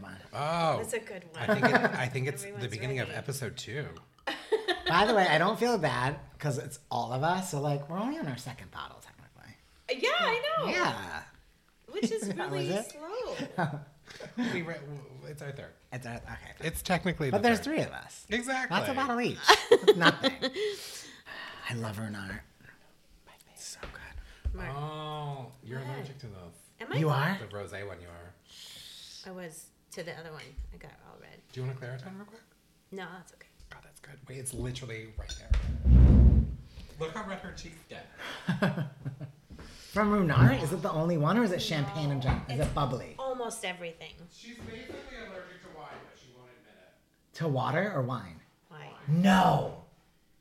one. Oh, That's a good one. I think it, I think it's the Everyone's beginning of ready. episode two. By the way, I don't feel bad because it's all of us. So like, we're only on our second bottle technically. Uh, Yeah, I know. Yeah, Which is That was really it? slow. We re- it's our third. it's our, okay. It's technically. but the there's third. three of us. Exactly. That's a bottle each. That's nothing. I love her not. So good. Mark, Oh, you're What? allergic to those. am I? You are? The rose one you are. I was to the other one. I got all red. Do you want to Claritin real quick? No, that's okay. God, that's good. Wait, it's literally right there. Look how red her cheeks get. From Runar? Is it the only one or is it champagne and jam? Is it bubbly? Almost everything. She's basically allergic to wine, but she won't admit it. To water or wine? Why? No.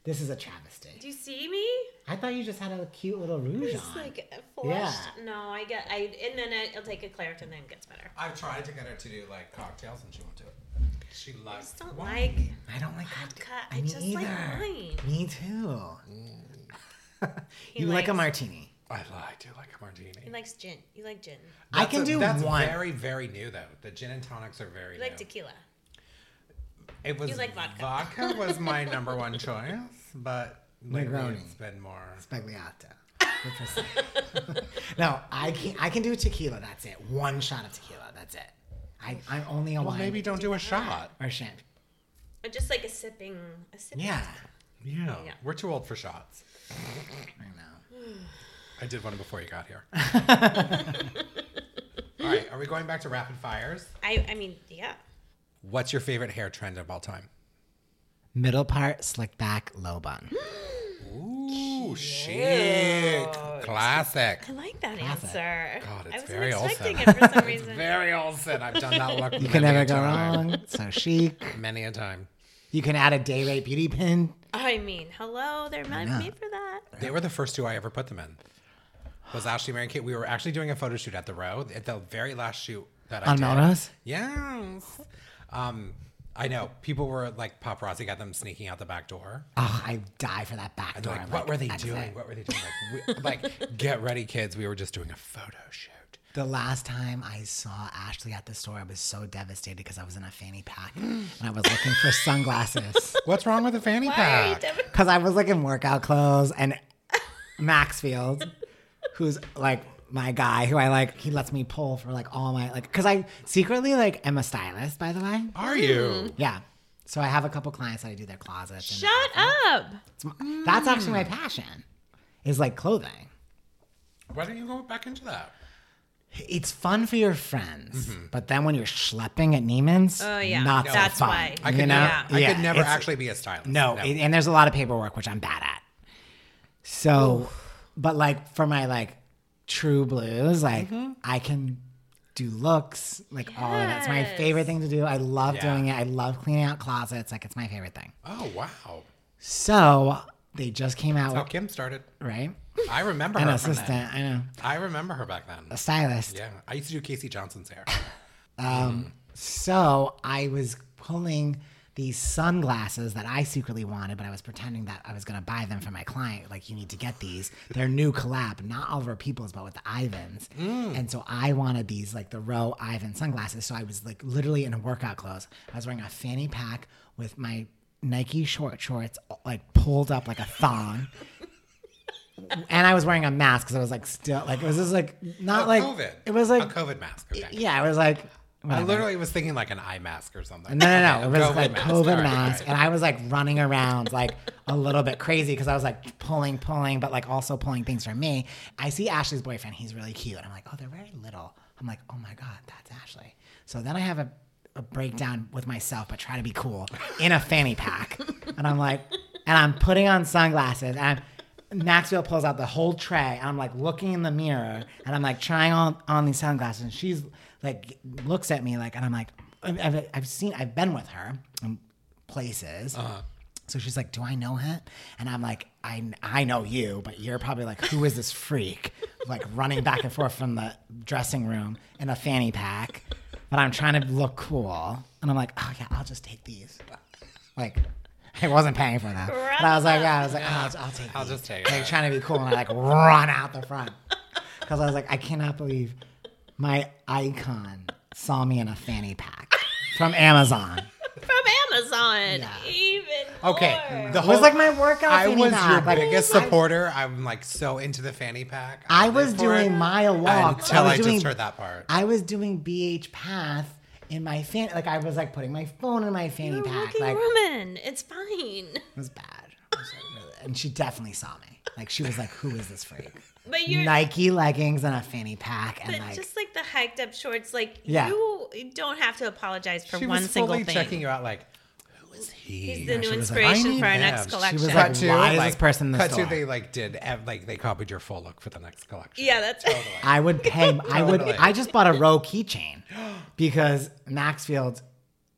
This is a travesty. Do you see me? I thought you just had a cute little rouge It's on. like flushed. Yeah. No, I get. I and then I, I'll take a Claritin, then it gets better. I've tried to get her to do like cocktails, and she won't do it. She loves. I just don't wine. like I don't like vodka. cocktail- I just like neither. wine. Me too. you like a likes- martini. I lie. I do like a martini. He likes gin. You like gin. I That's can a- do that's one. Very, very new though. The gin and tonics are very. You like new. tequila. It was You like vodka. Vodka was my number one choice, but lately Negroni. it's been more. Spagliato. With percent. no, I can I can do tequila. That's it. One shot of tequila. That's it. I I'm only a Well, wine maybe don't do a shot. or champagne. Or just like a sipping. A sipping. Yeah. Yeah, Yeah. we're too old for shots. I know. I did one before you got here. all right, are we going back to rapid fires? I. I mean, yeah. What's your favorite hair trend of all time? Middle part slick back, low bun. Ooh, chic, classic. I like that Classic. answer. God, it's I wasn't very expecting awesome. it for some reason. Very Olsen. I've done that look. You can never go wrong. So chic. Many a time. You can add a day rate beauty pin. I mean, hello, they're mad know. at me for that. They were the first two I ever put them in. Was Ashley, Mary, and Kate. We were actually doing a photo shoot at the row at the very last shoot that I On did. Melrose? Yes. Um, I know people were like paparazzi got them sneaking out the back door. Oh, I die for that back door. Like, what were they exit. doing? What were they doing? Like, we, like, get ready, kids. We were just doing a photo shoot. The last time I saw Ashley at the store, I was so devastated because I was in a fanny pack and I was looking for sunglasses. What's wrong with the fanny Ah. Why are you pack? doing- Because I was like in workout clothes and Maxfield, who's like my guy, who I like, he lets me pull for like all my, like, because I secretly like am a stylist, by the way. Are you? Yeah. So I have a couple clients that I do their closets. and- Shut up. It's my- That's actually my passion, is like clothing. Why don't you go back into that? It's fun for your friends, Mm-hmm. but then when you're schlepping at Neiman's, Oh, yeah. not so That's fun. why. I could, you know? never, I Yeah, could never it's- actually be a stylist. No, and- and there's a lot of paperwork which I'm bad at. So, but like for my like true blues, like Mm-hmm. I can do looks, like all of it. It's my favorite thing to do. I love Yeah. doing it. I love cleaning out closets. Like it's my favorite thing. oh, wow. So they just came out How with Kim started. right I remember an her. From that. assistant. I know I remember her back then. a stylist. Yeah, I used to do Casey Johnson's hair. So I was pulling these sunglasses that I secretly wanted, but I was pretending that I was going to buy them for my client. Like, you need to get these. They're new collab, not Oliver Peoples, but with Ivans. Mm. And so I wanted these, like the row Ivan sunglasses. So I was like literally in a workout clothes. I was wearing a fanny pack with my Nike short shorts, like pulled up like a thong. and I was wearing a mask because I was like still, like, it was just like, not A like, Oh, COVID. it was like, a COVID mask. Okay. yeah, it was like, I whatever. literally was thinking like an eye mask or something. No, no, no. Okay, It a was like COVID All right, mask. all right. And I was like running around like a little bit crazy because I was like pulling, pulling, but like also pulling things from me. I see Ashley's boyfriend. He's really cute. And I'm like, oh, they're very little. I'm like, oh my God, that's Ashley. So then I have a, a breakdown with myself, but try to be cool in a fanny pack. and I'm like, and I'm putting on sunglasses and I'm, Maxwell pulls out the whole tray, and I'm like looking in the mirror, and I'm like trying on on these sunglasses, and she's like looks at me like, and I'm like, I've- I've, I've seen, I've been with her in places, Uh-huh. so she's like, do I know him? And I'm like, I I know you, but you're probably like, who is this freak? like running back and forth from the dressing room in a fanny pack, but I'm trying to look cool, and I'm like, oh yeah, I'll just take these, like. I wasn't paying for them. But I was like, yeah, I was like, oh, I'll, I'll take I'll these just take like it. trying to be cool and I like run out the front because I was like, I cannot believe my icon saw me in a fanny pack. from Amazon. From Amazon. Even Okay, more. the It was whole like my workout. I fanny was pack. your Like, biggest I- supporter. I'm like so into the fanny pack. I live was for doing it. mile walks. until I was I doing just heard that part. I was doing BH Path in my fan. Like I was like putting my phone in my fanny You're a pack. working Like woman. It's fine. it was bad. It was really- and she definitely saw me. Like she was like, "Who is this freak?" But you're Nike leggings and a fanny pack, and but like just like the hiked up shorts. Like Yeah. you don't have to apologize for she one was single fully thing. checking you out, like, who is he? He's the new she was like, "I inspiration need for our them." next She was collection. like, cut to Why is like, this person in the cut store? to they like did ev- like they copied your full look for the next collection. yeah, that's I would pay. I would. Totally. I just bought a row keychain because Maxfield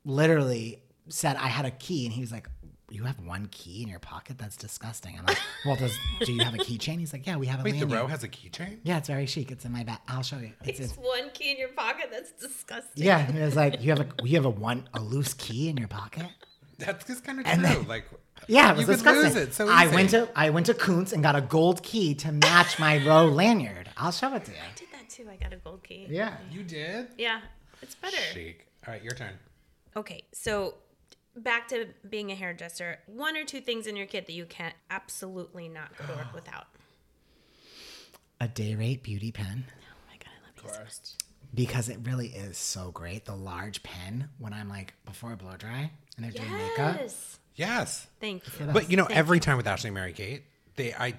literally said I had a key, and he was like, "You have one key in your pocket? That's disgusting." I'm like, "Well, does do you have a keychain?" He's like, "Yeah, we have a Wait, the lanyard." row has a keychain. Yeah, it's very chic. It's in my bag. I'll show you. It's, it's it's one key in your pocket. That's disgusting. yeah. And it was like you have a you have a one a loose key in your pocket. That's just kind of And true. then- like, Yeah, it was you could disgusting. lose it so I easy. went to I went to Koontz and got a gold key to match my row lanyard. I'll show it to you. I did that too. I got a gold key. Yeah. You did. Yeah, it's better. Chic. All right, your turn. Okay, so back to being a hairdresser. One or two things in your kit that you can't absolutely not go to work without. A day rate beauty pen. Oh my god, I love these. because it really is so great. The large pen when I'm like before I blow dry and they're doing makeup. Yes. Yes, Thank you. but you know, every time with Ashley and Mary Kate, they I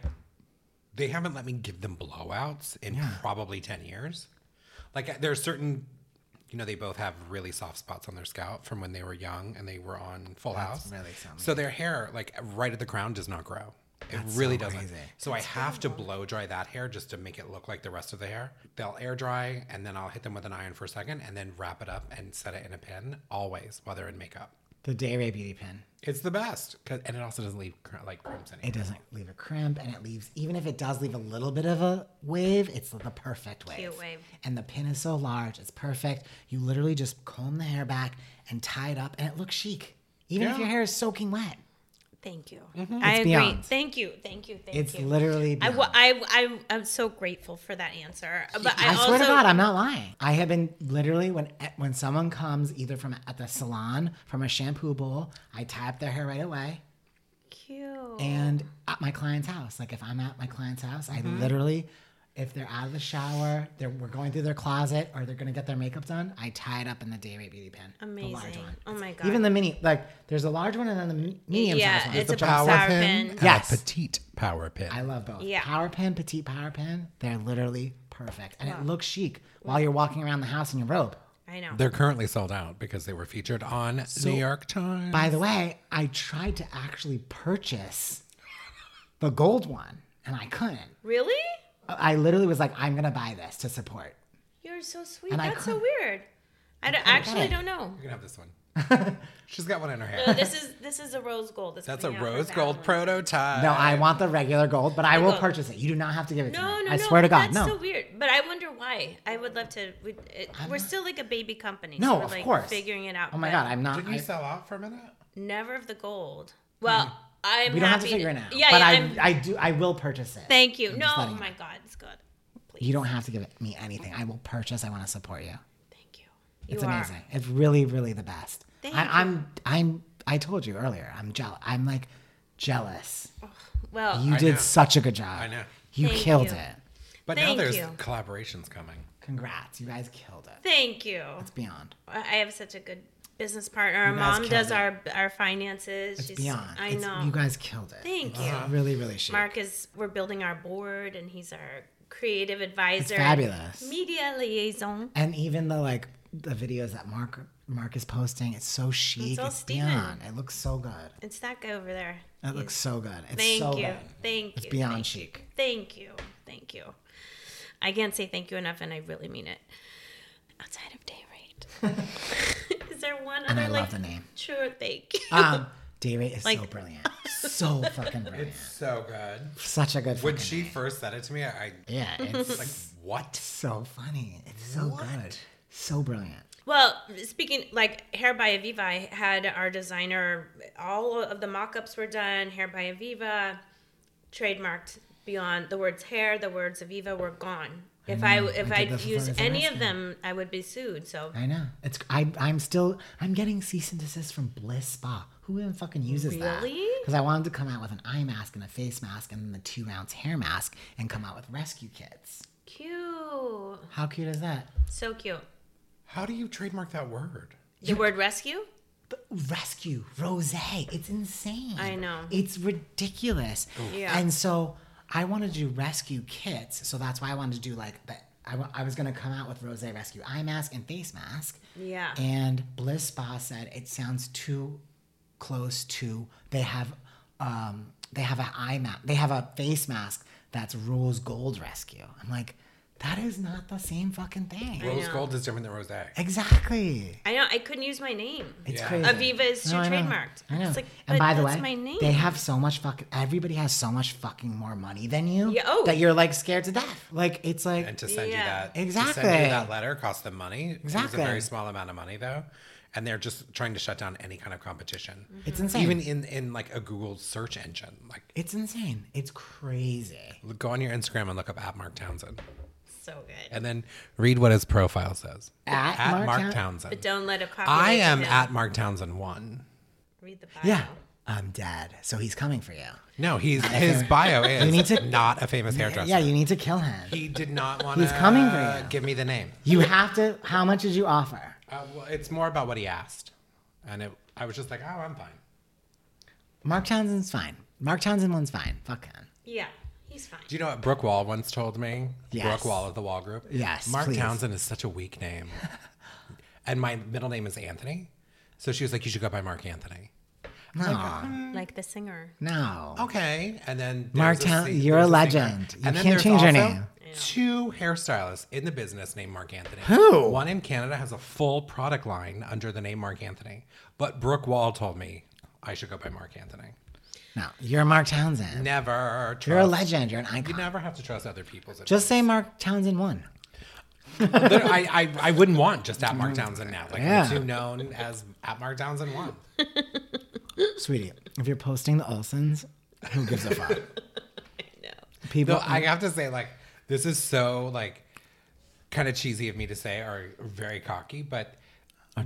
they haven't let me give them blowouts in probably ten years. Like there's certain, you know, they both have really soft spots on their scalp from when they were young and they were on Full House. really something. so their hair, like right at the crown, does not grow. It really doesn't. So I have to blow dry that hair just to make it look like the rest of the hair. They'll air dry, and then I'll hit them with an iron for a second, and then wrap it up and set it in a pin always while they're in makeup. The Day Ray Beauty Pen. It's the best, 'Cause- and it also doesn't leave cr- like crumbs anymore. It doesn't leave a crimp and it leaves, even if it does leave a little bit of a wave, it's the perfect wave. Cute wave. And the pin is so large, it's perfect. You literally just comb the hair back and tie it up and it looks chic, even if Yeah. your hair is soaking wet. Thank you. I agree. Mm-hmm. beyond. Thank you. Thank you. Thank It's you. literally. I, beyond. wa- I, I, I'm so grateful for that answer. But I, I, also, swear to God, I'm not lying. I have been literally when when someone comes either from at the salon from a shampoo bowl, I tie up their hair right away, cute. and at my client's house. Like if I'm at my client's house, Mm-hmm. I literally, if they're out of the shower, they're we're going through their closet or they're gonna get their makeup done, I tie it up in the day rate beauty pen. the large Amazing. one. Oh my God. Even the mini, like there's a large one and then the m- medium yeah, size one. it's a the power sour pin, pin. and Yes. a petite power pin. I love both. Yeah. Power pen, petite power pen. They're literally perfect, and it looks chic while you're walking around the house in your robe. I know. They're currently sold out because they were featured on New York Times. By the way, I tried to actually purchase the gold one and I couldn't. Really? I literally was like, I'm going to buy this to support. You're so sweet. And I That's so couldn't- weird. I don't, actually it. don't know. you can have this one. She's got one in her No, hair. this is this is a rose gold. That's a rose gold prototype. No, I want the regular gold, but I will Uh, gold. purchase it. You do not have to give it to No, me. no, I no. swear to God, that's no. so weird. But I wonder why. I would love to. We, it, we're still like a baby company. No, so we're of like course. Figuring it out. oh my but God, I'm not. Didn't you I- sell out for a minute? never of the gold. Well, I'm. Mm-hmm. we don't have to happy figure it out. Yeah, but yeah. I, I'm, I do. I will purchase it. thank you. no, just oh letting you my God, it's good. you don't have to give it- me anything. I will purchase. I want to support you. Thank you. You It's are. amazing. It's really, really the best. Thank I, you. I'm, I'm. I told you earlier. I'm jealous. I'm like jealous. Well, You I did know. such a good job. I know. You Thank killed you. it. But Thank now there's you. collaborations coming. Congrats. You guys killed it. thank you. It's beyond. I I have such a good business partner. Our guys mom killed does it. our our finances. It's She's, beyond. I It's- know. You guys killed it. Thank It's you. Really, really chic. Mark is we're building our board, and he's our creative advisor. and fabulous. Media liaison. And even the like the videos that Mark Mark is posting, it's so chic. It's It's, all Steven. beyond. It looks so good. It's that guy over there. It looks so good. It's Thank so you. good. Thank It's you. beyond Thank chic. Thank you. Thank you. I can't say thank you enough, and I really mean it. Outside of day rate. Is there one other I like love the name. true thank you? Um, Day Rate is so Like- brilliant. So fucking brilliant. So good. Such a good When fucking she name. first said it to me, I Yeah, it's like what? so funny. It's so good. So brilliant. Well, speaking like Hair by Aviva, I had our designer. All of the mock-ups were done. Hair by Aviva, trademarked beyond the words hair. The words Aviva were gone. If I if I did I this would as use long as the any last of them, I would be sued. So I know. It's I I'm still I'm getting cease and desist from Bliss Spa. Who even fucking uses that? Really? Because I wanted to come out with an eye mask and a face mask and the two rounds hair mask and come out with rescue kits. cute, How cute is that? so cute. How do you trademark that word? The word rescue. But rescue rose it's insane I know. it's ridiculous Yeah. and so i want to do rescue kits so that's why i wanted to do like the I wa- I was gonna come out with rose rescue eye mask and face mask Yeah. and bliss spa said it sounds too close to they have um they have an eye mask they have a face mask that's rose gold rescue i'm like that is not the same fucking thing Rose know. gold is different than rose exactly I know. I couldn't use my name. it's Yeah. crazy. Aviva is too No, I know. trademarked. I know. It's like, and but by the that's way, my name. they have so much fucking. Everybody has so much fucking more money than you. Yeah, oh. That you're like scared to death. Like it's like And to send you Yeah. that to send Exactly. you that letter cost them money. It was a Exactly. very small amount of money though. And they're just trying to shut down any kind of competition. it's insane. Even in, in like a Google search engine. Like it's insane. It's crazy. go on your Instagram and look up at Mark Townsend. So good. And then read what his profile says. At Mark Town- Townsend. But don't let it pop. I am at Mark Townsend one. Read the bio. Yeah. I'm dead. So he's coming for you. No, he's his bio is need to- not a famous hairdresser. Yeah, you need to kill him. he did not want to. He's coming for you. Give me the name. you have to. How much did you offer? Uh, well, it's more about what he asked, and it, I was just like, oh, I'm fine. Mark Townsend's fine. Mark Townsend one's fine. Fuck him. Yeah. He's fine. Do you know what Brooke Wall once told me? Yes. Brooke Wall of the Wall Group. Yes, Mark please. Townsend is such a weak name, and my middle name is Anthony, so she was like, you should go by Mark Anthony. No. Like the singer. no. um, Okay, and then there Mark was a Town- sing- you're there a was singer. legend. You then can't there's change your also name. Two hairstylists in the business named Mark Anthony. Who? One in Canada has a full product line under the name Mark Anthony, but Brooke Wall told me I should go by Mark Anthony. No. You're Mark Townsend. Never trust. You're a legend. You're an icon. You never have to trust other people's. Just say Mark Townsend won. There- I, I, I wouldn't want just at Mark Townsend now. Like Yeah. I'm too known as at Mark Townsend one. Sweetie, if you're posting the Olsons, who gives a fuck? No. People, Though I have to say, like, this is so like kind of cheesy of me to say, or very cocky, but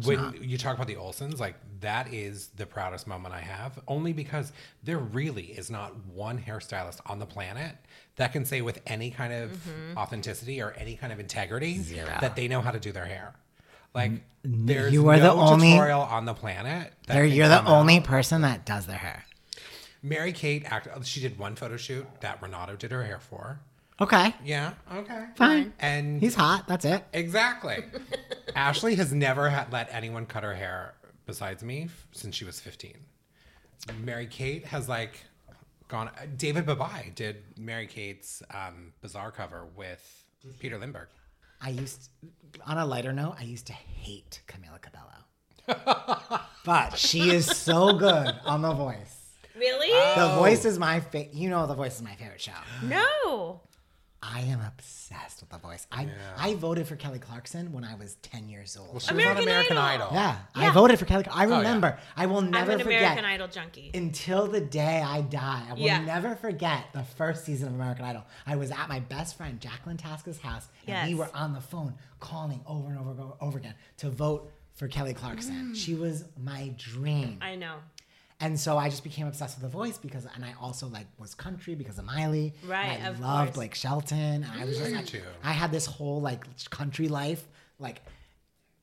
when you talk about the Olsons, like that is the proudest moment I have, only because there really is not one hairstylist on the planet that can say with any kind of authenticity or any kind of integrity that they know how to do their hair. Like there's you are no the only- tutorial on the planet. that they're- can you're the come out. only person that does their hair. Mary Kate act. oh, She did one photo shoot that Renato did her hair for. Okay, Yeah. Okay. fine. And He's hot. That's it. exactly. Ashley has never had let anyone cut her hair besides me f- since she was 15. Mary Kate has like gone. uh, David Babai did Mary Kate's um, bizarre cover with Peter Lindbergh. I used, on a lighter note, I used to hate Camila Cabello, but she is so good on The Voice. Really? The Voice is my favorite. You know, The Voice is my favorite show. no. I am obsessed with The Voice. I I voted for Kelly Clarkson when I was ten years old. She was American on American Idol. Idol. yeah, I Yeah. voted for Kelly. I remember. I will never I'm an forget. American Idol junkie. until the day I die, I will Yeah. never forget the first season of American Idol. I was at my best friend Jacqueline Tasca's house, and we Yes. were on the phone calling over and over and over again to vote for Kelly Clarkson. She was my dream. Mm. I know. and so I just became obsessed with The Voice because, and I also like was country because of Miley. and Right, I of loved course. Blake Shelton. And I was just Me like, too. I had this whole like country life, like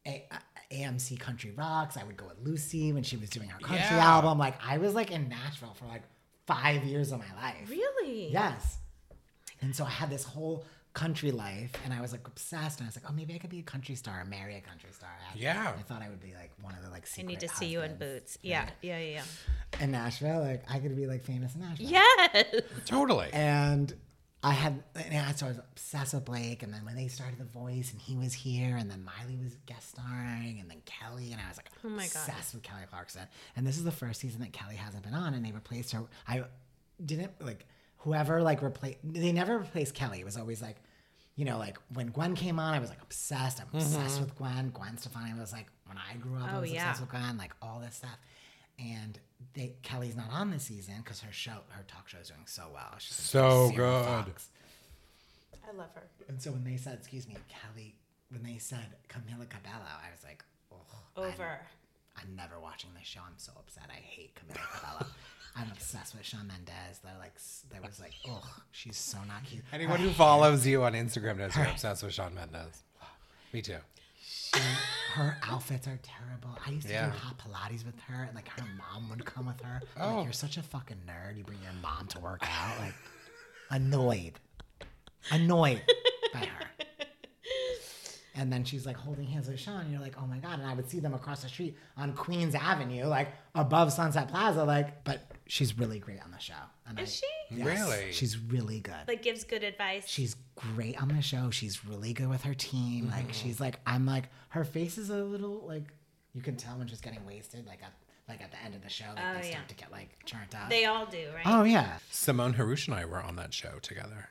a- a- AMC Country Rocks. I would go with Lucy when she was doing her country Yeah. album. Like I was like in Nashville for like five years of my life. Really? Yes. And so I had this whole country life, and I was like obsessed. And I was like, oh, maybe I could be a country star, or marry a country star. I, Yeah. I thought I would be like one of the like. I Secret need to see you in husbands boots. Yeah. Yeah. Yeah. in Nashville. Like I could be like famous in Nashville. yeah. Yes. Totally. And I had, and I, so I was obsessed with Blake. And then when they started The Voice, and he was here, and then Miley was guest starring, and then Kelly, and I was like Oh my God. obsessed with Kelly Clarkson. And this is the first season that Kelly hasn't been on, and they replaced her. I didn't like whoever like replaced. They never replaced Kelly. It was always like, you know, like when Gwen came on, I was like obsessed. I'm obsessed with Gwen. Gwen Stefani was like when I grew up, I Mm-hmm. Oh, was yeah. obsessed with Gwen, like all this stuff. And they, Kelly's not on this season because her show, her talk show is doing so well. She's So Sarah good. Fox. I love her. And so when they said, excuse me, Kelly, when they said Camila Cabello, I was like, oh, Over. I'm, I'm never watching this show. I'm so upset. I hate Camila Cabello. I'm obsessed with Sean Mendez. They're like, s- there was like, oh, she's so not cute. Anyone Her who hair- follows you on Instagram knows you're obsessed with Sean Mendes. Me too. her outfits are terrible. I used to Yeah. do hot Pilates with her, and like her mom would come with her. I'm Oh. Like, you're such a fucking nerd. You bring your mom to work out. Like, annoyed, annoyed by her. And then she's like holding hands with Sean, and you're like, oh my god. And I would see them across the street on Queens Avenue, like above Sunset Plaza, like. But she's really great on the show. And Is she? Really? She's really good Like gives good advice. she's great on the show. She's really good with her team. Mm-hmm. Like she's like I'm like her face is a little like you can tell when she's getting wasted. Like at like at the end of the show, like Oh, they yeah. start to get like churned up. They all do, right? oh yeah, Simone Harouche and I were on that show together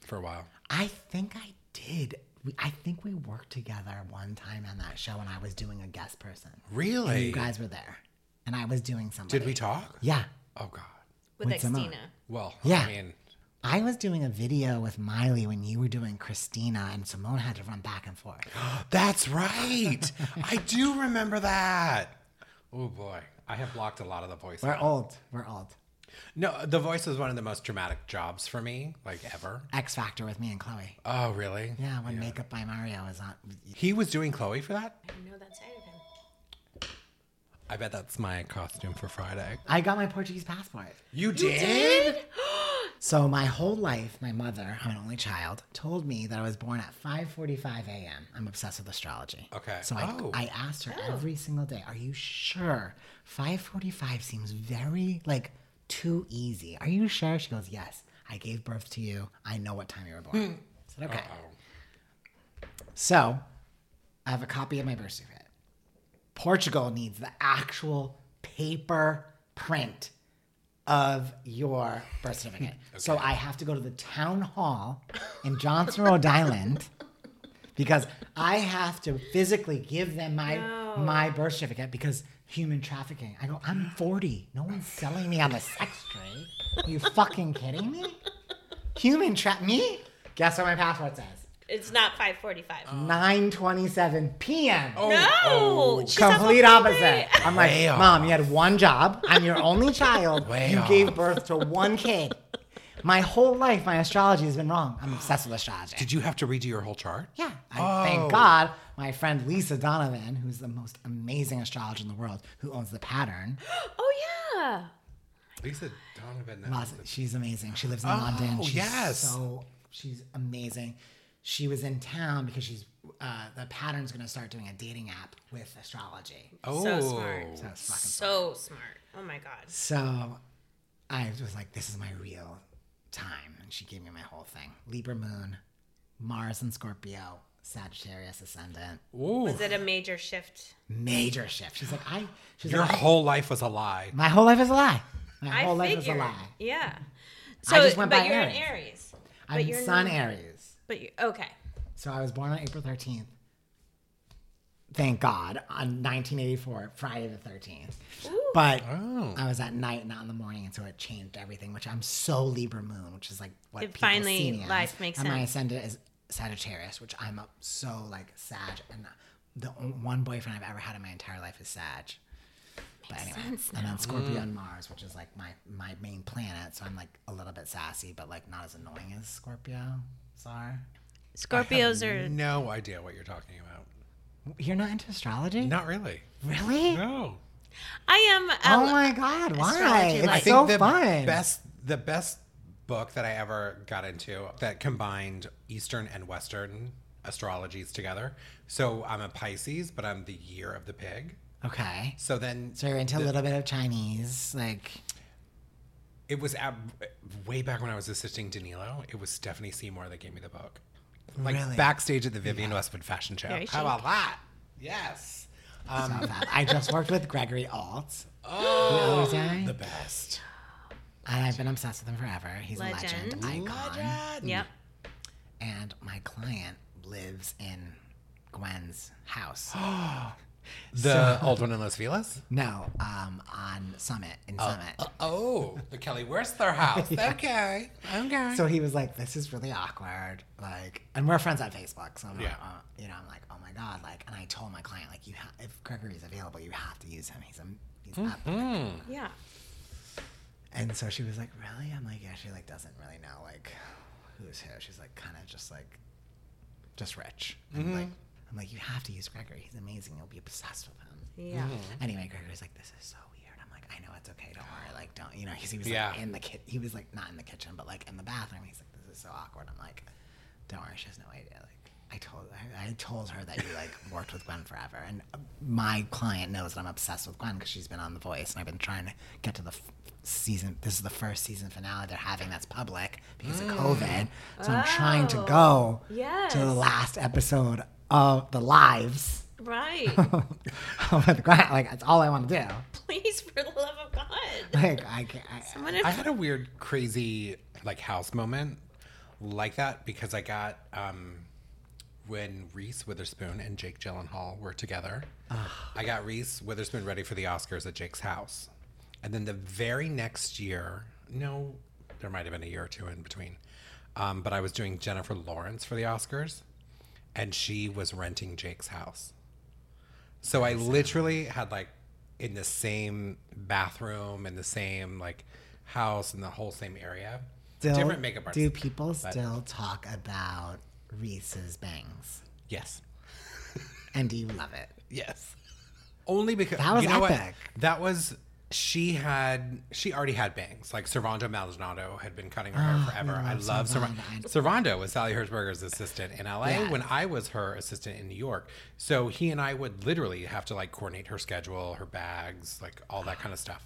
for a while. I think I did. We, I think we worked together one time on that show, and I was doing a guest person. And Really? you guys were there, and I was doing something. Did we talk? Yeah, Oh God. With With Simone. Xtina. Well, Yeah. I mean, I was doing a video with Miley when you were doing Christina, and Simone had to run back and forth. that's right. I do remember that. Oh boy, I have blocked a lot of the voices. We're old. We're old. No, the voice was one of the most dramatic jobs for me, like ever. X Factor with me and Chloe. Oh, really? Yeah, when Makeup by Mario is on. He was doing Chloe for that. I know that side of him. I bet that's my costume for Friday. I got my Portuguese passport. You did? So my whole life, my mother, I'm an only child, told me that I was born at 5:45 a.m. I'm obsessed with astrology. Okay. So I, Oh. I asked her every single day, "Are you sure? 5:45 seems very like too easy. Are you sure?" She goes, "Yes. I gave birth to you. I know what time you were Hmm. born." I said, "Okay." So I have a copy of my birth certificate. Portugal needs the actual paper print of your birth certificate. So I have to go to the town hall in Johnson, Rhode Island, because I have to physically give them my my birth certificate because human trafficking. I go, I'm 40. No one's selling me on the sex trade. Are you fucking kidding me? Human trap me? Guess what my passport says? It's not 545. Oh. 9:27 p.m. no! Oh. she's up Complete all opposite. night. I'm like, Way off. mom, you had one job. I'm your only child. Way you off. gave birth to one kid. My whole life, my astrology has been wrong. I'm obsessed with astrology. Did you have to redo your whole chart? yeah. I, Thank Oh. God my friend Lisa Donovan, who's the most amazing astrologer in the world, who owns the pattern, Oh, yeah. Lisa Donovan. That Awesome. She's amazing. She lives in London. She's Oh, yes. So she's amazing. She was in town because she's uh, the pattern's going to start doing a dating app with astrology. oh. So smart. That's fucking So smart. Oh, my God. So I was like, this is my real time. And she gave me my whole thing Libra moon, Mars and Scorpio, Sagittarius ascendant. Ooh. Is it a major shift? Major shift. She's like, I, she's Your like, I- whole life was a lie. my whole life is a lie. My I whole life is a figured. lie. Yeah. So, just went but by you're an Aries. Aries. I'm you're Sun not- Aries. But you okay. So I was born on April 13th. Thank God, on 1984, Friday the 13th. But Oh. I was at night, not in the morning, and so it changed everything. Which I'm so Libra Moon, which is like what It people finally- see me as. life makes And my sense. ascendant is Sagittarius, which I'm up so like Sag, and the o- one boyfriend I've ever had in my entire life is Sag. But anyway, and then Scorpio and Mars, which is like my my main planet, so I'm like a little bit sassy, but like not as annoying as Scorpio. Sorry, Scorpios are No idea what you're talking about. you're not into astrology, Not really. really? No. I am um, Oh a- my god, why? astrology It's life. I so the fun. best the best book that I ever got into that combined Eastern and Western astrologies together. So I'm a Pisces, but I'm the year of the pig. okay. So then So you're into a little bit of Chinese, like it was at, way back when I was assisting Danilo. It was Stephanie Seymour that gave me the book. Like Really? backstage at the Vivian Westwood fashion show. Very How about that? Yes. Um, oh, so that. I just worked with Gregory Alt the other day, the best. and I've been obsessed with him forever. He's a Legend. legend, icon, Legend. Yep. and my client lives in Gwen's house. The old one in Los Feliz? No, um, on Summit in Summit. Oh, the Kelly Wurstler house. Okay. Okay. So he was like, "This is really awkward." Like, and we're friends on Facebook, so I'm like, Yeah. uh, you know, I'm like, "Oh my god!" Like, and I told my client, like, "You, ha- if Gregory's available, you have to use him. He's a, he's up Hmm. Yeah. And so she was like, "Really?" I'm like, "Yeah." She like doesn't really know like who's who. She's like kind of just like just rich. And like, I'm like, "You have to use Gregory. He's amazing. You'll be obsessed with him." Yeah. Anyway, Gregory's like, "This is so weird." I'm like, "I know it's okay. Don't worry. Like, don't you know?" Because he was Yeah. like in the kit. He was like not in the kitchen, but like in the bathroom. He's like, "This is so awkward." I'm like, "Don't worry. She has no idea." Like. I told I, I told her that you like worked with Gwen forever, and uh, my client knows that I'm obsessed with Gwen because she's been on The Voice, and I've been trying to get to the f- season. This is the first season finale they're having that's public because of COVID, so I'm trying to go to the Oh. Yes. last episode of the lives Right. over the ground. Like that's all I want to do. Please, for the love of God. Like I can't. I, Someone in- I had a weird, crazy, like house moment like that because I got um, when Reese Witherspoon and Jake Gyllenhaal were together. I got Reese Witherspoon ready for the Oscars at Jake's house, and then the very next year, no, there might have been a year or two in between, um, but I was doing Jennifer Lawrence for the Oscars, and she was renting Jake's house. So I literally had like in the same bathroom in the same like house in the whole same area. still, Different makeup artists. Do people still talk about Reese's bangs? Yes. And do you love it? Yes. Only because That was you know epic. what? That was she had she already had bangs. Like Servando Maldonado had been cutting her Ah, hair forever. I love Servando. Servando was Sally Hertzberger's assistant in LA Yes. when I was her assistant in New York. So he and I would literally have to like coordinate her schedule, her bags, like all that kind of stuff.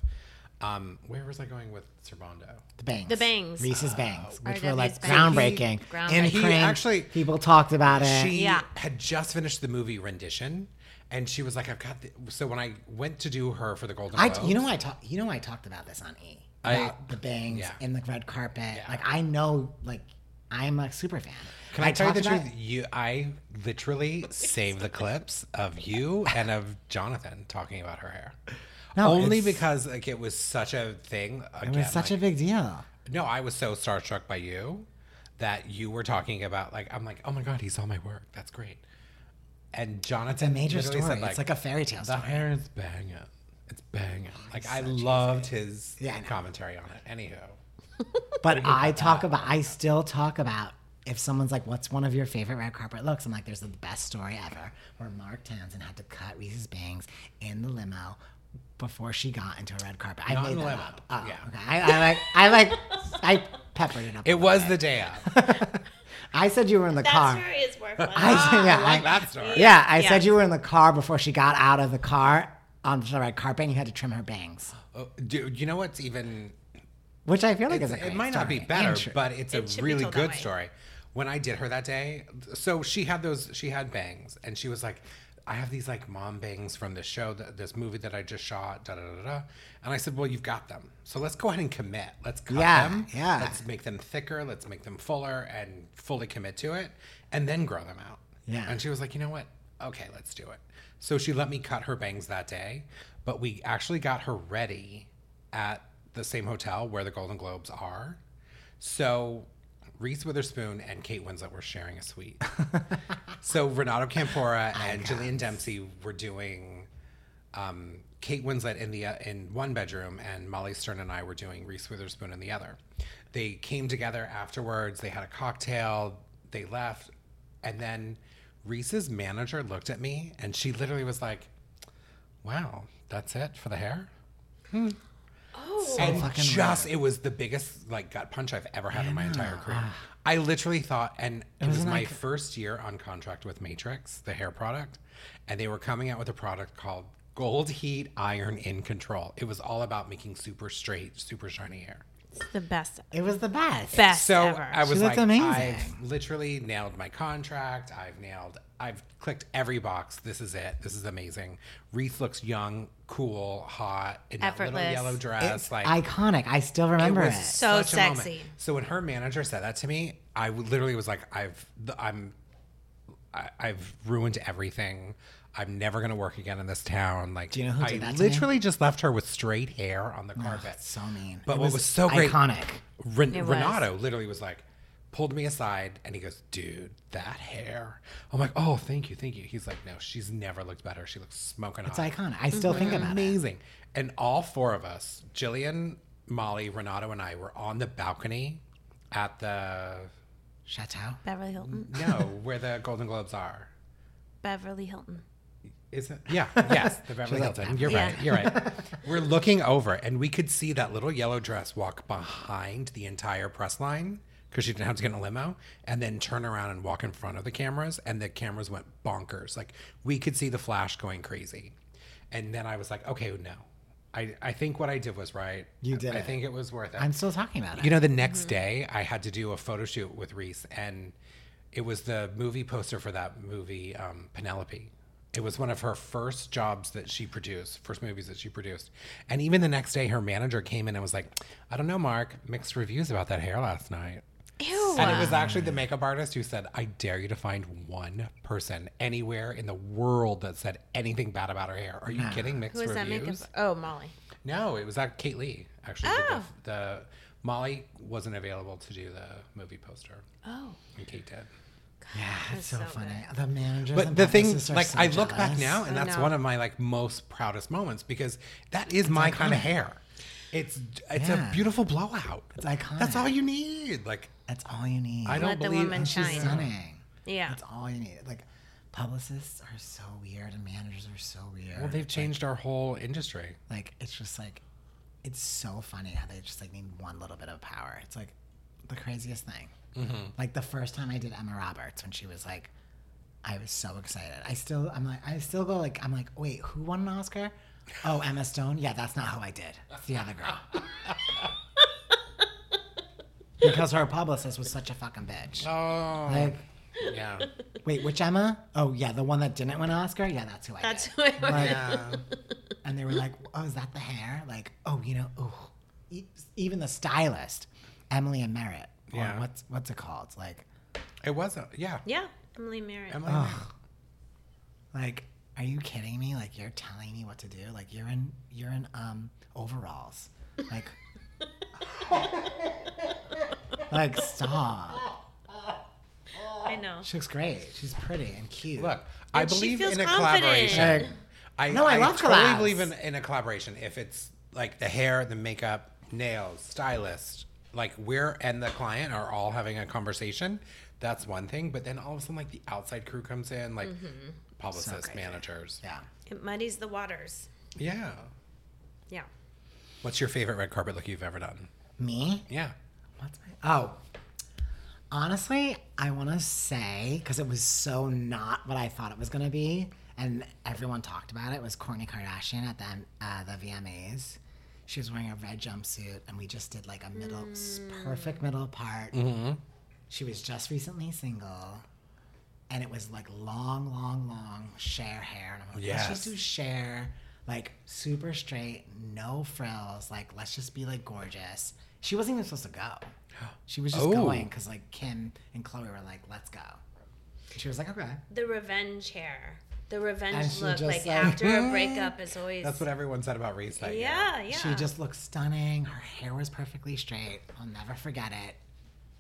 Um, where was I going with Servando? The bangs. The bangs. Oh, Reese's bangs, which were RW's like bangs. groundbreaking. Groundbreaking. In And he cringe, actually- people talked about it. She Yeah. had just finished the movie rendition, and she was like, "I've got." The, so when I went to do her for the Golden I, Globes, you know, I talk, You know, I talked about this on E. I- about the bangs yeah. in the red carpet. Like I know, like I'm a super fan. Can I, tell you the talked about- truth? You, I literally save the clips of you and of Jonathan talking about her hair. No, Only it's- because like it was such a thing. Again, It was such a big deal. a no. I was so starstruck by you that you were talking about like I'm like oh my god he saw my work that's great, and Jonathan It's a major literally story. said, it's like a fairy tale the story. Oh, hair is banging it's banging like I loved his Yeah, I know. commentary on it anywho But I talk about, I still talk about if someone's like, what's one of your favorite red carpet looks? I'm like, there's the best story ever where Mark Townsend had to cut Reese's bangs in the limo before she got into a red carpet. I Not made in the that limo. up. Oh, Yeah. okay. I, I like, I like, I peppered it up. a it little was bit. the day of I said you were in the that car. story is more fun. I said, yeah, Ah, like I- that story yeah, I Yeah. said you were in the car before she got out of the car on the red carpet and you had to trim her bangs, Oh, do you know what's even which I feel like is a it great might not be story. And better, true. but it's It should a be really told that good way. story. When I did her that day, so she had those, she had bangs, and she was like, I have these like mom bangs from this show, th- this movie that I just shot, da da da da. And I said, Well, you've got them. So let's go ahead and commit. Let's cut Yeah, them. yeah. Let's make them thicker. Let's make them fuller and fully commit to it and then grow them out. Yeah. And she was like, You know what? Okay, let's do it. So she let me cut her bangs that day, but we actually got her ready at the same hotel where the Golden Globes are. So Reese Witherspoon and Kate Winslet were sharing a suite. so Renato Campora and Gillian Dempsey were doing um, Kate Winslet in the uh, in one bedroom, and Molly Stern and I were doing Reese Witherspoon in the other. They came together afterwards. They had a cocktail. They left, and then Reese's manager looked at me, and she literally was like, "Wow, that's it for the hair." oh, and fucking just it was the biggest like gut punch I've ever had in my entire career. I literally thought, and it was my first year on contract with Matrix, the hair product, and they were coming out with a product called Gold Heat Iron in Control. It was all about making super straight, super shiny hair. it's the best, it was the best. best So ever. I was looked like, amazing. I've literally nailed my contract. I've nailed. I've clicked every box. This is it. This is amazing. Reese looks young, cool, hot in that little Effortless. yellow dress. like Iconic. I still remember it. was So such a moment. sexy. So when her manager said that to me, I w- literally was like, "I've, th- I'm, I, I've ruined everything. I'm never gonna work again in this town. Like, Do you know who I did that to me? literally just left her with straight hair on the carpet. So mean. But It what was so great- Iconic. Ren- It was. Renato literally was like, pulled me aside and he goes, dude, that hair. I'm like, oh, thank you, thank you. He's like, no, she's never looked better. She looks smoking It's hot. iconic. I still think about it. Amazing. And all four of us, Jillian, Molly, Renato, and I were on the balcony at the, Chateau. Beverly Hilton. no, where the Golden Globes are. Beverly Hilton. Is it? Yeah. Yes. The Beverly like, Hilton. You're Yeah. right. You're right. We're looking over, and we could see that little yellow dress walk behind the entire press line because she didn't have to get in a limo, and then turn around and walk in front of the cameras, and the cameras went bonkers. Like we could see the flash going crazy, and then I was like, okay, no, I I think what I did was right. You did I it. think it was worth it. I'm still talking about it. You know, the next day I had to do a photo shoot with Reese, and it was the movie poster for that movie, um, Penelope. It was one of her first jobs that she produced, first movies that she produced. And even the next day, her manager came in and was like, I don't know, Mark, mixed reviews about that hair last night. Ew. And it was actually the makeup artist who said, I dare you to find one person anywhere in the world that said anything bad about her hair. Are you kidding? Mixed Who is reviews? that makeup? Oh, Molly. No, it was at Kate Lee actually. did Oh. The, the Molly wasn't available to do the movie poster, Oh. and Kate did. yeah, it's so, so funny. The managers. But and the thing, publicists are like, so I look back jealous. now, and I that's know. one of my like most proudest moments because that is my kind of hair. It's it's Yeah. a beautiful blowout. It's iconic. That's all you need. Like That's all you need. I don't Let the believe woman She's shine. stunning. Yeah. That's all you need. Like, publicists are so weird, and managers are so weird. Well, they've changed our whole industry. like it's just like it's so funny how they just like need one little bit of power it's like the craziest thing like the first time i did emma roberts when she was like i was so excited i still i'm like i still go like i'm like wait who won an oscar oh emma stone yeah that's not who i did it's the other girl because her publicist was such a fucking bitch Oh, like yeah, wait which emma oh yeah the one that didn't win an oscar yeah that's who i That's did who I was. Like, yeah. and they were like, "Oh, is that the hair?" Like, "Oh, you know, ooh." E- even the stylist, Emily and Merritt. or Yeah. What's what's it called? It's like, It wasn't. Yeah, Yeah. Emily Merritt. Emily. like, are you kidding me? Like, you're telling me what to do? Like, you're in you're in um overalls. Like, like stop. I know. She looks great. She's pretty and cute. Look, I And she believe feels in a confident. collaboration. Like, I, No, I love totally collabs. believe in, in a collaboration. If it's like the hair, the makeup, nails, stylist, like we're and the client are all having a conversation, that's one thing. But then all of a sudden, like the outside crew comes in, like Mm-hmm. publicists, crazy. managers. yeah. It muddies the waters. Yeah. Yeah. What's your favorite red carpet look you've ever done? Me? Yeah. What's my oh? Honestly, I want to say because it was so not what I thought it was gonna be, and everyone talked about it. Was Kourtney Kardashian at the M- uh, the VMAs? She was wearing a red jumpsuit, and we just did like a middle, s perfect middle part. She was just recently single, and it was like long, long, long Cher hair. And I'm like, let's Yes. just do Cher, like super straight, no frills. Like, let's just be like gorgeous. She wasn't even supposed to go. She was just Oh. going because like Kim and Chloe were like, let's go. And she was like, okay. The revenge hair. The And revenge she look. just Like, like- after a breakup is always. That's what everyone said about Reese that year. Yeah. Yeah. She just looked stunning. Her hair was perfectly straight. I'll never forget it.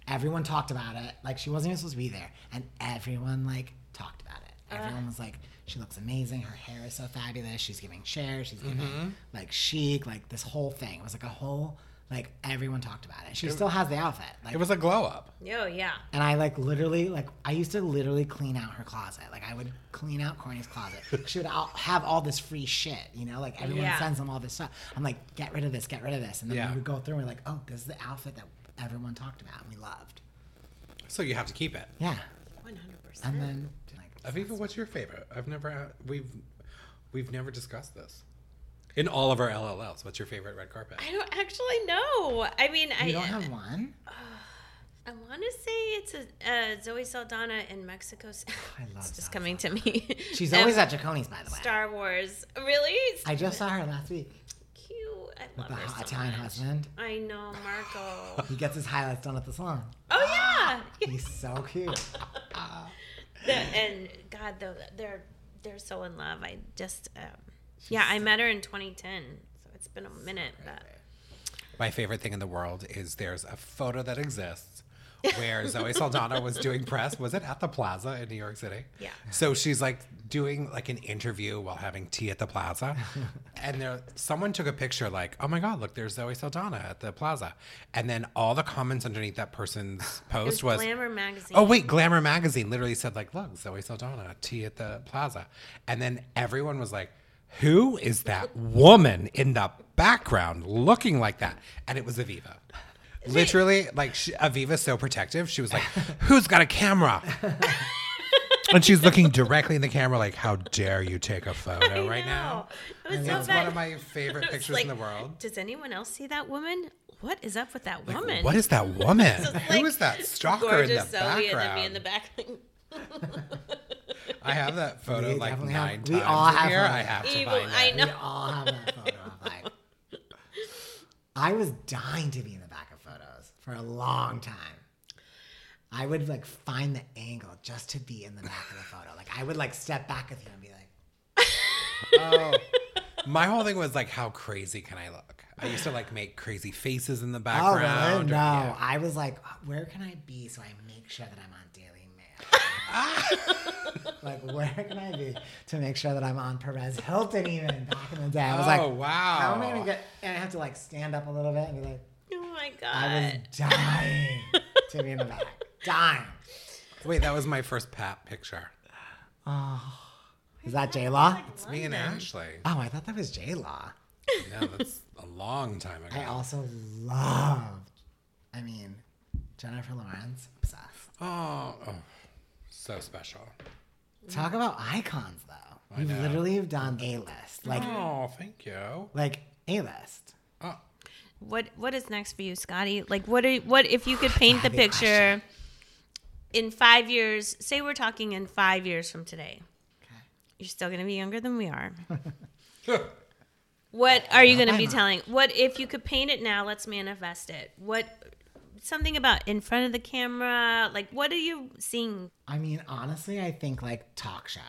Everyone talked about it. Like she wasn't even supposed to be there, and everyone like talked about it. Everyone was like, "She looks amazing. Her hair is so fabulous. She's giving Cher. She's giving like chic. Like this whole thing. It was like a whole like everyone talked about it. She still has the outfit. Like, It was a glow up. Oh, yeah. and I like literally like I used to literally clean out her closet. Like I would clean out Courtney's closet. She would all, have all this free shit, you know. Like everyone Yeah. sends them all this stuff. I'm like, get rid of this, get rid of this, and then Yeah. we would go through and we're like, oh, this is the outfit that everyone talked about and we loved. So you have to keep it. Yeah, 100%. and then like Aviva, what's your favorite? I've never we've we've never discussed this in all of our LLLs. What's your favorite red carpet? I don't actually know. I mean, I you don't have one. I want to say it's a uh, Zoe Saldana in Mexico. Ci- I love it's just Zoe coming to me. She's Um, always at Jaconi's, by the way. Star Wars. Really? I just saw her last week cute. I with love the her hot so Italian much. husband. I know, Marco. He gets his highlights done at the salon. oh yeah. He's so cute. The- and God, though, their they're so in love. I just, um, yeah, I met her in 2010, so it's been a minute. But My favorite thing in the world is there's a photo that exists where Zoe Saldana was doing press. Was it at the Plaza in New York City? Yeah. So she's like doing like an interview while having tea at the Plaza, and there someone took a picture like, "Oh my God, look, there's Zoe Saldana at the Plaza," and then all the comments underneath that person's post it was Glamour magazine. Oh wait, Glamour magazine literally said like, "Look, Zoe Saldana, tea at the Plaza," and then everyone was like, "Who is that woman in the background looking like that?" And it was Aviva. Literally, like she, Aviva's so protective, she was like, "Who's got a camera?" and she's looking directly in the camera, like, "How dare you take a photo I right now?" know. It was so It's bad. one of my favorite It's pictures in the like, world. Does anyone else see that woman? What is up with that Like, woman? What is that woman? It's Who like is that stalker in Gorgeous the Zoe background? and then me in the back. I have that We photo like definitely nine have- times. we all have here. one. I have to Evil. find I it. We know. all have that photo. of, Like, I was dying to be in the back of photos for a long time. I would like find the angle just to be in the back of the photo. Like I would like step back with you and be like, My whole thing was like, how crazy can I look? I used to like make crazy faces in the "Oh really? background. no!" or- yeah. I was like, "Uh, "Where can I be so I make sure that I'm on Daily Mail?" like, where can I be to make sure that I'm on Perez Hilton? Even back in the day, I was oh like, wow! "How am I gonna get?" And I have to like stand up a little bit and be like. oh my I was god. dying to be in the back. Dying. Wait, that was my first pat picture. Is that J Law? It's me and Ashley. Oh, I thought that was J Law. No, that's a long time I ago. also loved, I mean, Jennifer Lawrence. Obsessed. Oh, oh, so special. Talk about icons, though. You know. literally have done A list. Like, Oh, thank you. like A list. Oh, What What is next for you, Scotty? Like, what are what if you could paint the Heavy picture question. in five years? Say we're talking in five years from today. Okay. You're still gonna be younger than we are. What are you going to I'm be not. telling? What if you could paint it now? Let's manifest it. What something about in front of the camera? Like, what are you seeing? I mean, honestly, I think like talk show.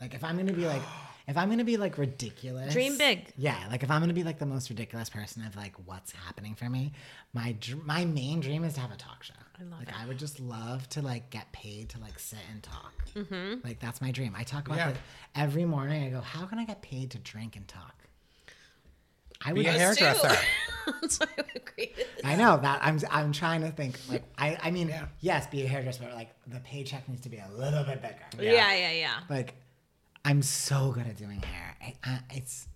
Like if I'm gonna be like if I'm gonna be like ridiculous. Dream big. Yeah, like if I'm gonna be like the most ridiculous person of like what's happening for me, my dr- my main dream is to have a talk show. I love like I would just love to like get paid to like sit and talk. Mm-hmm. Like that's my dream. I talk about Yeah. that every morning. I go, how can I get paid to drink and talk? I would be a just- hairdresser. That's why I agree with this. I know that I'm I'm trying to think like I I mean Yeah. yes be a hairdresser but like the paycheck needs to be a little bit bigger Yeah, yeah, yeah. yeah. like I'm so good at doing hair. I, I, it's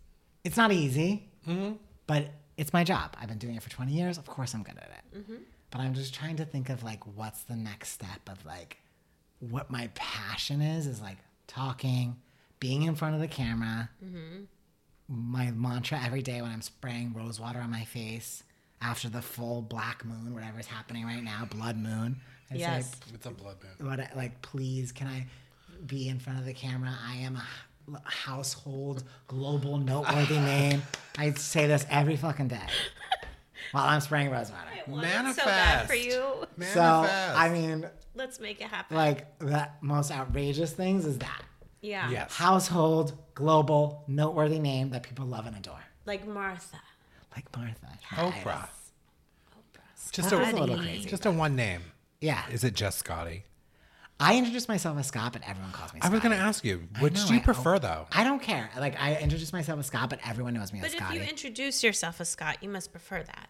it's not easy, Mm-hmm. but it's my job. I've been doing it for 20 years. Of course, I'm good at it. Mm-hmm. But I'm just trying to think of like what's the next step of like what my passion is is like talking, being in front of the camera. Mm-hmm. My mantra every day when I'm spraying rose water on my face after the full black moon, whatever's happening right now, blood moon. I Yes. It's a blood moon. what I- uh, like please can i be in front of the camera i am a h- household global noteworthy name i say this every fucking day while i'm spraying rose water Well, it's So bad for Manifest. you. so i mean Let's make it happen. like the most outrageous things is that yeah. yes. household global noteworthy name that people love and adore Like Martha. like martha Oprah. Just That is a little a crazy, just a one name. yeah Is it just Scotty? i introduce myself as scott but everyone calls me I scott was going to ask you, which know, do you I prefer though? i don't care like i introduce myself as scott but everyone knows me But as scotty if you introduce yourself as Scott, you must prefer that.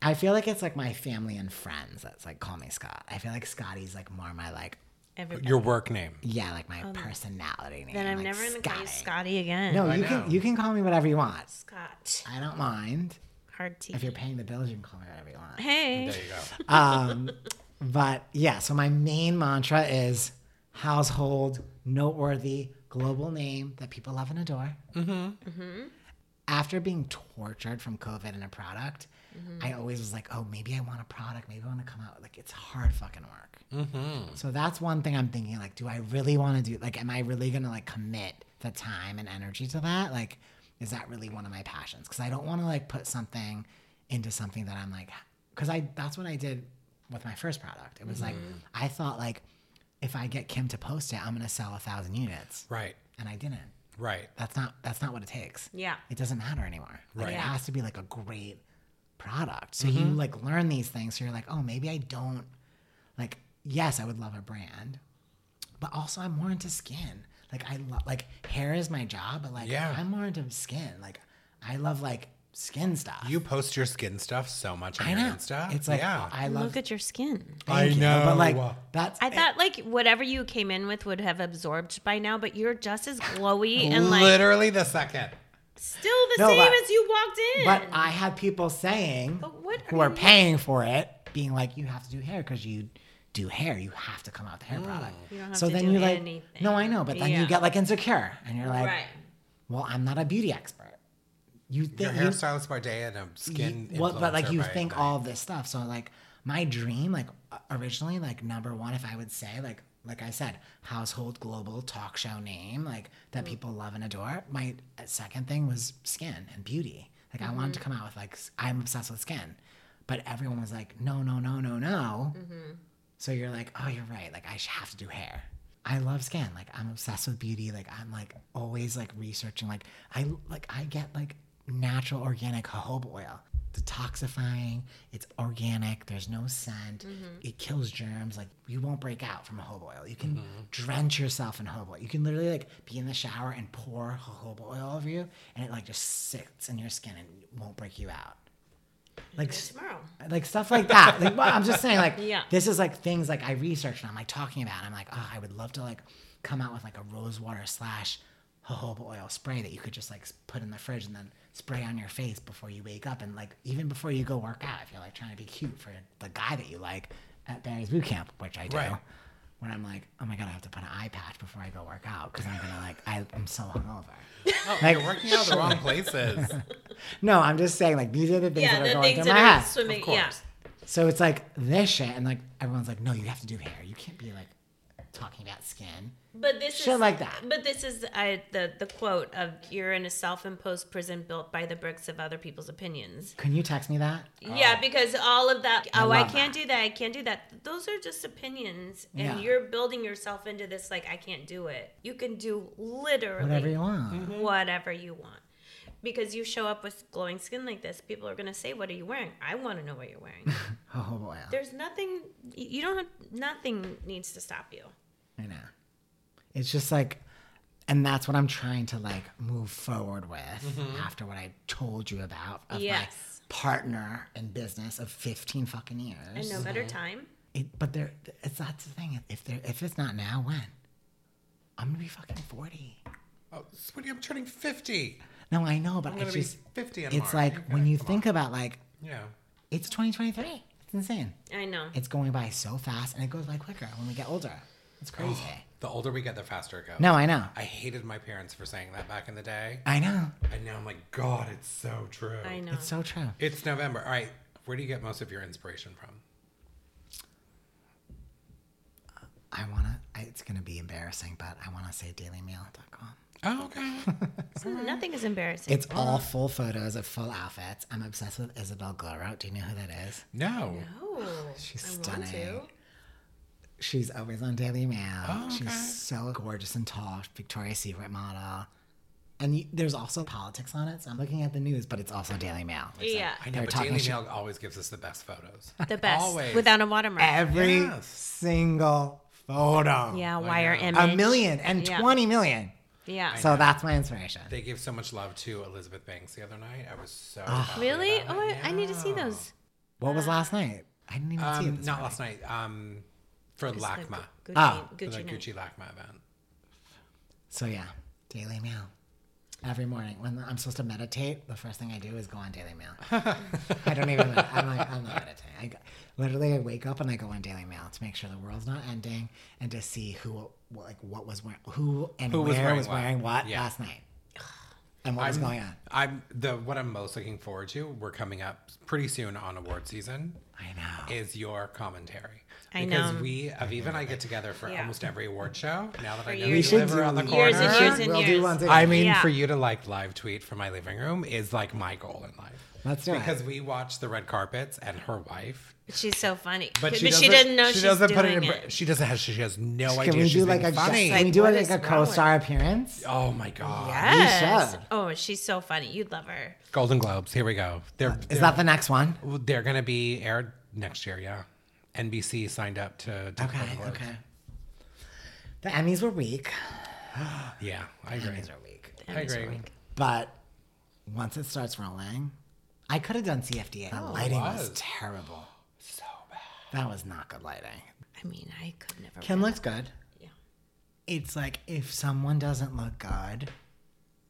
I feel like it's like my family and friends that's like call me Scott. I feel like Scotty's like more my like Everybody. Your work name. yeah, like my personality name. then Oh, I'm like, never going to call you Scotty. Scotty again. No, I you know. can you can call me whatever you want. Scott. I don't mind. Hard T. If you're paying the bills, you can call me whatever you want. Hey. There you go. Um, but yeah, so my main mantra is household, noteworthy, global name that people love and adore. Mm-hmm. After being tortured from COVID in a product, Mm-hmm. I always was like, oh, maybe I want a product. Maybe I want to come out. Like, it's hard fucking work. So that's one thing I'm thinking. Like, do I really want to do? Like, am I really gonna like commit the time and energy to that? Like, is that really one of my passions? Because I don't want to like put something into something that I'm like, because I that's what I did with my first product. It was like I thought like if I get Kim to post it, I'm gonna sell a thousand units, Right. and I didn't. Right. That's not that's not what it takes. Yeah. it doesn't matter anymore. Like, Right. Mm-hmm. It has to be like a great product. So you like learn these things. So you're like, oh, maybe I don't like. Yes, I would love a brand, but also I'm more into skin. Like I love like hair is my job, but like Yeah. I'm more into skin. Like I love like skin stuff. You post your skin stuff so much on I your know. Insta. It's like yeah. I love. Look at your skin. thank I you, know. but like that's I thought like whatever you came in with would have absorbed by now, but you're just as glowy and like literally the second. still the No, same but- as you walked in. But I had people saying But what who are are you- paying for it, being like, "You have to do hair because you do hair. You have to come out with a hair product." You don't have so to then do you like, anything. no, I know, but then Yeah. you get like insecure, and you're like, right. "Well, I'm not a beauty expert." You Your think you, hairstylist by day and a skin. you- well, but like influencer you by think night. all of this stuff. So like my dream, like o- originally, like number one, if I would say like like I said, household global talk show name, like Mm. that people love and adore. My uh, second thing was skin and beauty. Like I wanted to Mm-hmm. come out with like s- I'm obsessed with skin, but everyone was like, no, no, no, no, no. Mm-hmm. So you're like, oh, you're right. Like I sh- have to do hair. I love skin. Like I'm obsessed with beauty. Like I'm like always like researching. Like I like I get like natural organic jojoba oil. Detoxifying. It's organic. There's no scent. It kills germs. Like you won't break out from jojoba oil. You can drench yourself in jojoba. oil. You can literally like be in the shower and pour jojoba oil over you, and it like just sits in your skin and won't break you out. Like Tomorrow. like stuff like that. Like well, I'm just saying, like Yeah. this is like things like I researched and I'm like talking about. And I'm like, oh, I would love to like come out with like a rose water slash jojoba oil spray that you could just like s- put in the fridge and then spray on your face before you wake up and like even before you go work out if you're like trying to be cute for the guy that you like at Barry's boot camp, which I do. Right. When I'm like, oh my god, I have to put an eye patch before I go work out because I'm gonna like I, I'm so hungover. Oh, you're working out the wrong places. No, I'm just saying like these are the things Yeah, that are the going through things my that are head. swimming. Of Yeah. course. So it's like this shit, and like everyone's like, no, you have to do hair. You can't be like talking about skin. But this Shit is like that. But this is I, the the quote of "You're in a self-imposed prison built by the bricks of other people's opinions." Can you text me that? Yeah, because all of that. oh, I Oh. love can't do that. I can't do that. Those are just opinions, Yeah. and you're building yourself into this like I can't do it. You can do literally Whatever you want. Mm-hmm. whatever you want. Because you show up with glowing skin like this, people are gonna say, "What are you wearing?" I want to know what you're wearing. Oh boy, There's nothing. You don't. Have, nothing needs to stop you. I know. It's just like, and that's what I'm trying to like move forward with Mm-hmm. after what I told you about of Yes. my partner in business of 15 fucking years. And no better time. It, but there, it's that's the thing. If there, if it's not now, when? I'm gonna be fucking 40. Oh, sweetie, I'm turning 50. No, I know, but I'm it's gonna be just, 50 in it's March. like when you think about like Yeah. it's 2023. It's insane. I know. It's going by so fast, and it goes by quicker when we get older. Oh. It's crazy. The older we get, the faster it goes. no, I know. I hated my parents for saying that back in the day. I know. And now I'm like, God, it's so true. I know. It's so true. It's November. All right. Where do you get most of your inspiration from? I wanna. I, it's gonna be embarrassing, but I wanna say DailyMail.com. Oh, okay. Nothing is embarrassing. It's all full photos of full outfits. I'm obsessed with Isabel Glorot. Do you know who that is? no. oh, She's I Want to. stunning. She's always on Daily Mail. Oh, okay. She's so gorgeous and tall, Victoria's Secret model. And you, there's also politics on it, so I'm looking at the news, but it's also Daily Mail. Yeah, I know, They're but talking Daily shit. Mail always gives us the best photos. the best Always. without a watermark. Every Yes. single photo. yeah, wire yeah. a image. million and Yeah. 20 million. Yeah. So that's my inspiration. They gave so much love to Elizabeth Banks the other night. I was so happy really? about Oh, it. I, I need to see Yeah. those. What was last night? I didn't even see it. Uh, Um, this not morning. last night. Um, for It's like LACMA, Gucci, Ah. for the Gucci, night. Gucci LACMA event. So yeah, Daily Mail. Every morning when I'm supposed to meditate, the first thing I do is go on Daily Mail. I don't even. I'm like, I'm not meditating. I go, literally, I wake up and I go on Daily Mail to make sure the world's not ending and to see who, what, like, what was wearing, who and Who where was wearing was what. wearing what Yeah. last night, and what was going on. I'm the what I'm most looking forward to. We're coming up pretty soon on award season. I know. Is your commentary I because know. we Aviva and I get together for Yeah. almost every award show. Now that I know years. you We should live around the do- corner, Years and years and we'll do years. one too. I mean, Yeah. for you to like live tweet from my living room is like my goal in life. Let's do because it. we watched the red carpets and her wife, She's so funny. but she, doesn't- didn't know she she's doesn't doing put it in. it. She doesn't have. She has no idea. Can we she's do being like a funny? can we do Like, like what a is wrong with- co-star appearance? oh my god! Yes. should. Oh, she's so funny. You'd love her. Golden Globes. Here we go. They're Is that the next one? they're gonna be aired next year. Yeah, NBC signed up to. to Okay, Golden Globes. okay. The Emmys were weak. Yeah, I agree. Emmys were weak. I Emmys were agree. weak. But once it starts rolling, I could have done CFDA. The lighting was Oh, was. terrible. So bad. That was not good lighting. I mean, I could never. Kim wear looks good. that. Yeah. It's like if someone doesn't look good,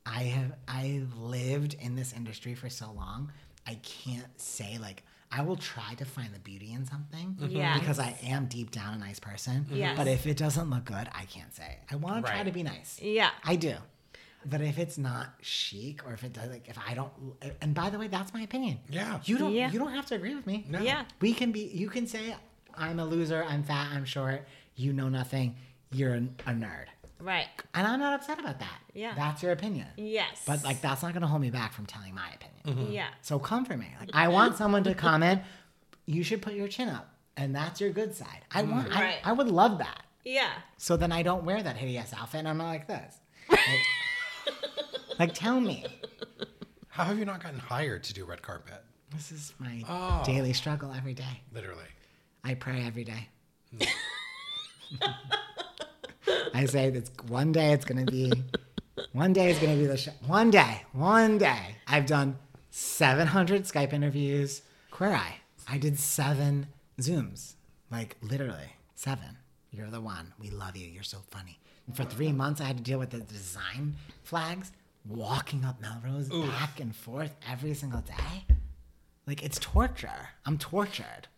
I have I lived in this industry for so long. I can't say like I will try to find the beauty in something Mm-hmm. Yes. because I am deep down a nice person. Mm-hmm. Yes. But if it doesn't look good, I can't say. it. I want to try Right. to be nice. Yeah. I do. But if it's not chic or if it does like if I don't and by the way, that's my opinion. Yeah. You don't Yeah. you don't have to agree with me. No. Yeah. We can be you can say I'm a loser, I'm fat, I'm short, you know nothing, you're an- a nerd. Right. And I'm not upset about that. Yeah. That's your opinion. Yes. But like that's not gonna hold me back from telling my opinion. Yeah. So come for me. Like I want someone to comment, you should put your chin up. And that's your good side. I want Right. I, I would love that. Yeah. So then I don't wear that hideous outfit and I'm not like this. Like, like, tell me. How have you not gotten hired to do red carpet? This is my Oh. daily struggle every day. Literally. I pray every day. I say it's one day it's gonna be one day it's gonna be the show. One day, one day. I've done seven hundred Skype interviews. Queer Eye. I did seven Zooms. Like literally. Seven. You're the one. We love you. You're so funny. And for three months I had to deal with the design flags, walking up Melrose back and forth every single day. Like it's torture. I'm tortured.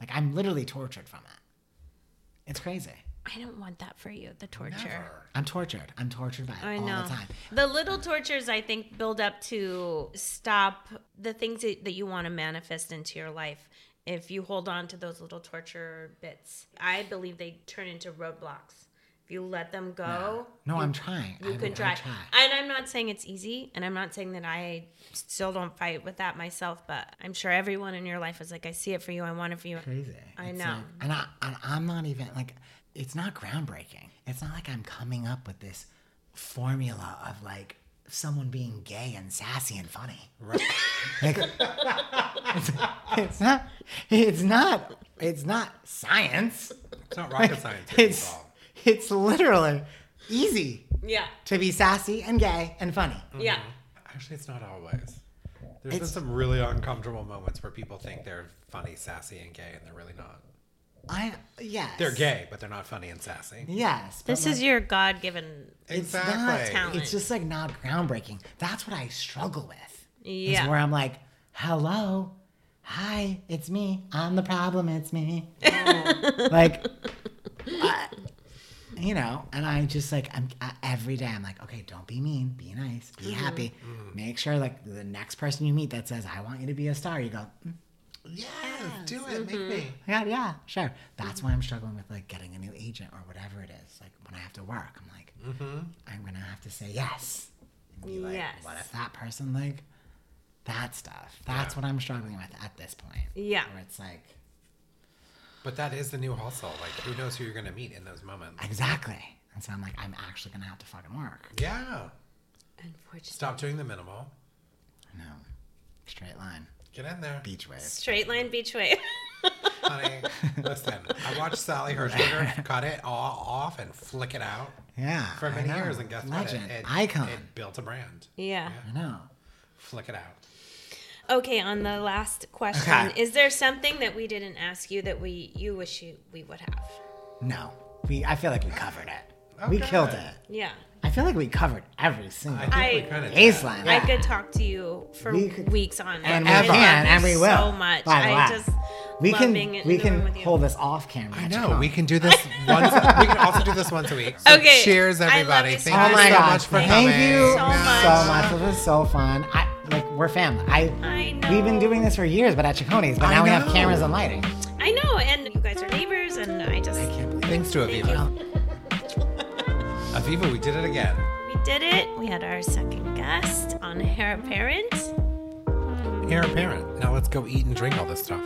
Like I'm literally tortured from it. It's crazy. I don't want that for you. The torture. Never. I'm tortured. I'm tortured by it I all know. the time. The little tortures, I think, build up to stop the things that, that you want to manifest into your life. If you hold on to those little torture bits, I believe they turn into roadblocks. If you let them go, No, I'm trying. you I can will try. try. And I'm not saying it's easy, and I'm not saying that I still don't fight with that myself, but I'm sure everyone in your life is like, I see it for you, I want it for you. Crazy. I It's know. like- and I and I'm not even like it's not groundbreaking. It's not like I'm coming up with this formula of like someone being gay and sassy and funny. Right. Like, it's, it's not it's not it's not science. It's not rocket science. It's at all. it's literally easy Yeah. to be sassy and gay and funny. Yeah. Actually, it's not always. There's been some really uncomfortable moments where people think they're funny, sassy, and gay, and they're really not. I yes. They're gay, but they're not funny and sassy. Yes. but This is your God given. it's not- exactly. talent. it's just like not groundbreaking. That's what I struggle with. Yeah. Is where I'm like, hello, hi, it's me. I'm the problem. It's me. like, I- you know, and I just like I'm I, every day. I'm like, okay, don't be mean. Be nice. Mm-hmm. Be happy. Mm-hmm. Make sure like the next person you meet that says, I want you to be a star. You go, "Mm, Yeah, do it. Make me. yeah, yeah, sure. Mm-hmm. That's why I'm struggling with like getting a new agent or whatever it is. Like when I have to work, I'm like, Mm-hmm. I'm gonna have to say yes. And be like, Yes. What if that person like that stuff? That's what I'm struggling with at this point. Yeah. Where it's like But that is the new hustle. Like, who knows who you're gonna meet in those moments? exactly, and so I'm like, I'm actually gonna have to fucking work. Yeah. Unfortunately. Stop doing the minimal. No, straight line, Get in there, beach wave. Straight line beach wave. honey. Listen, I watched Sally Hershberger cut it all off and flick it out Yeah. for I many know. years, and guess Legend, what? It, it, icon. It built a brand. Yeah. I know. Flick it out. Okay, on the last question, Okay. is there something that we didn't ask you that we you wish you we would have? No, we. I feel like we covered it. We Okay. killed it. Yeah. I feel like we covered every single I think I- we kind of baseline. I could talk to you for We could- weeks on and end. we I love can, you and we will. So much. By the I way. just we love can being in we the can room with you. hold this off camera. I at know Chacon. we can do this once. we can also do this once a week. So Okay, Cheers, I love everybody! you so Thank Oh you my so gosh! much for thank coming. you So so much. much. This is so fun. I like we're family. I, I know. we've been doing this for years, but at Chaconis, but I now we have know. cameras and lighting. I know, and you guys are neighbors and I just Thanks to Aviva. Aviva, we did it again. we did it. We had our second guest on Hair Parent. You're a parent. Now let's go eat and drink all this stuff.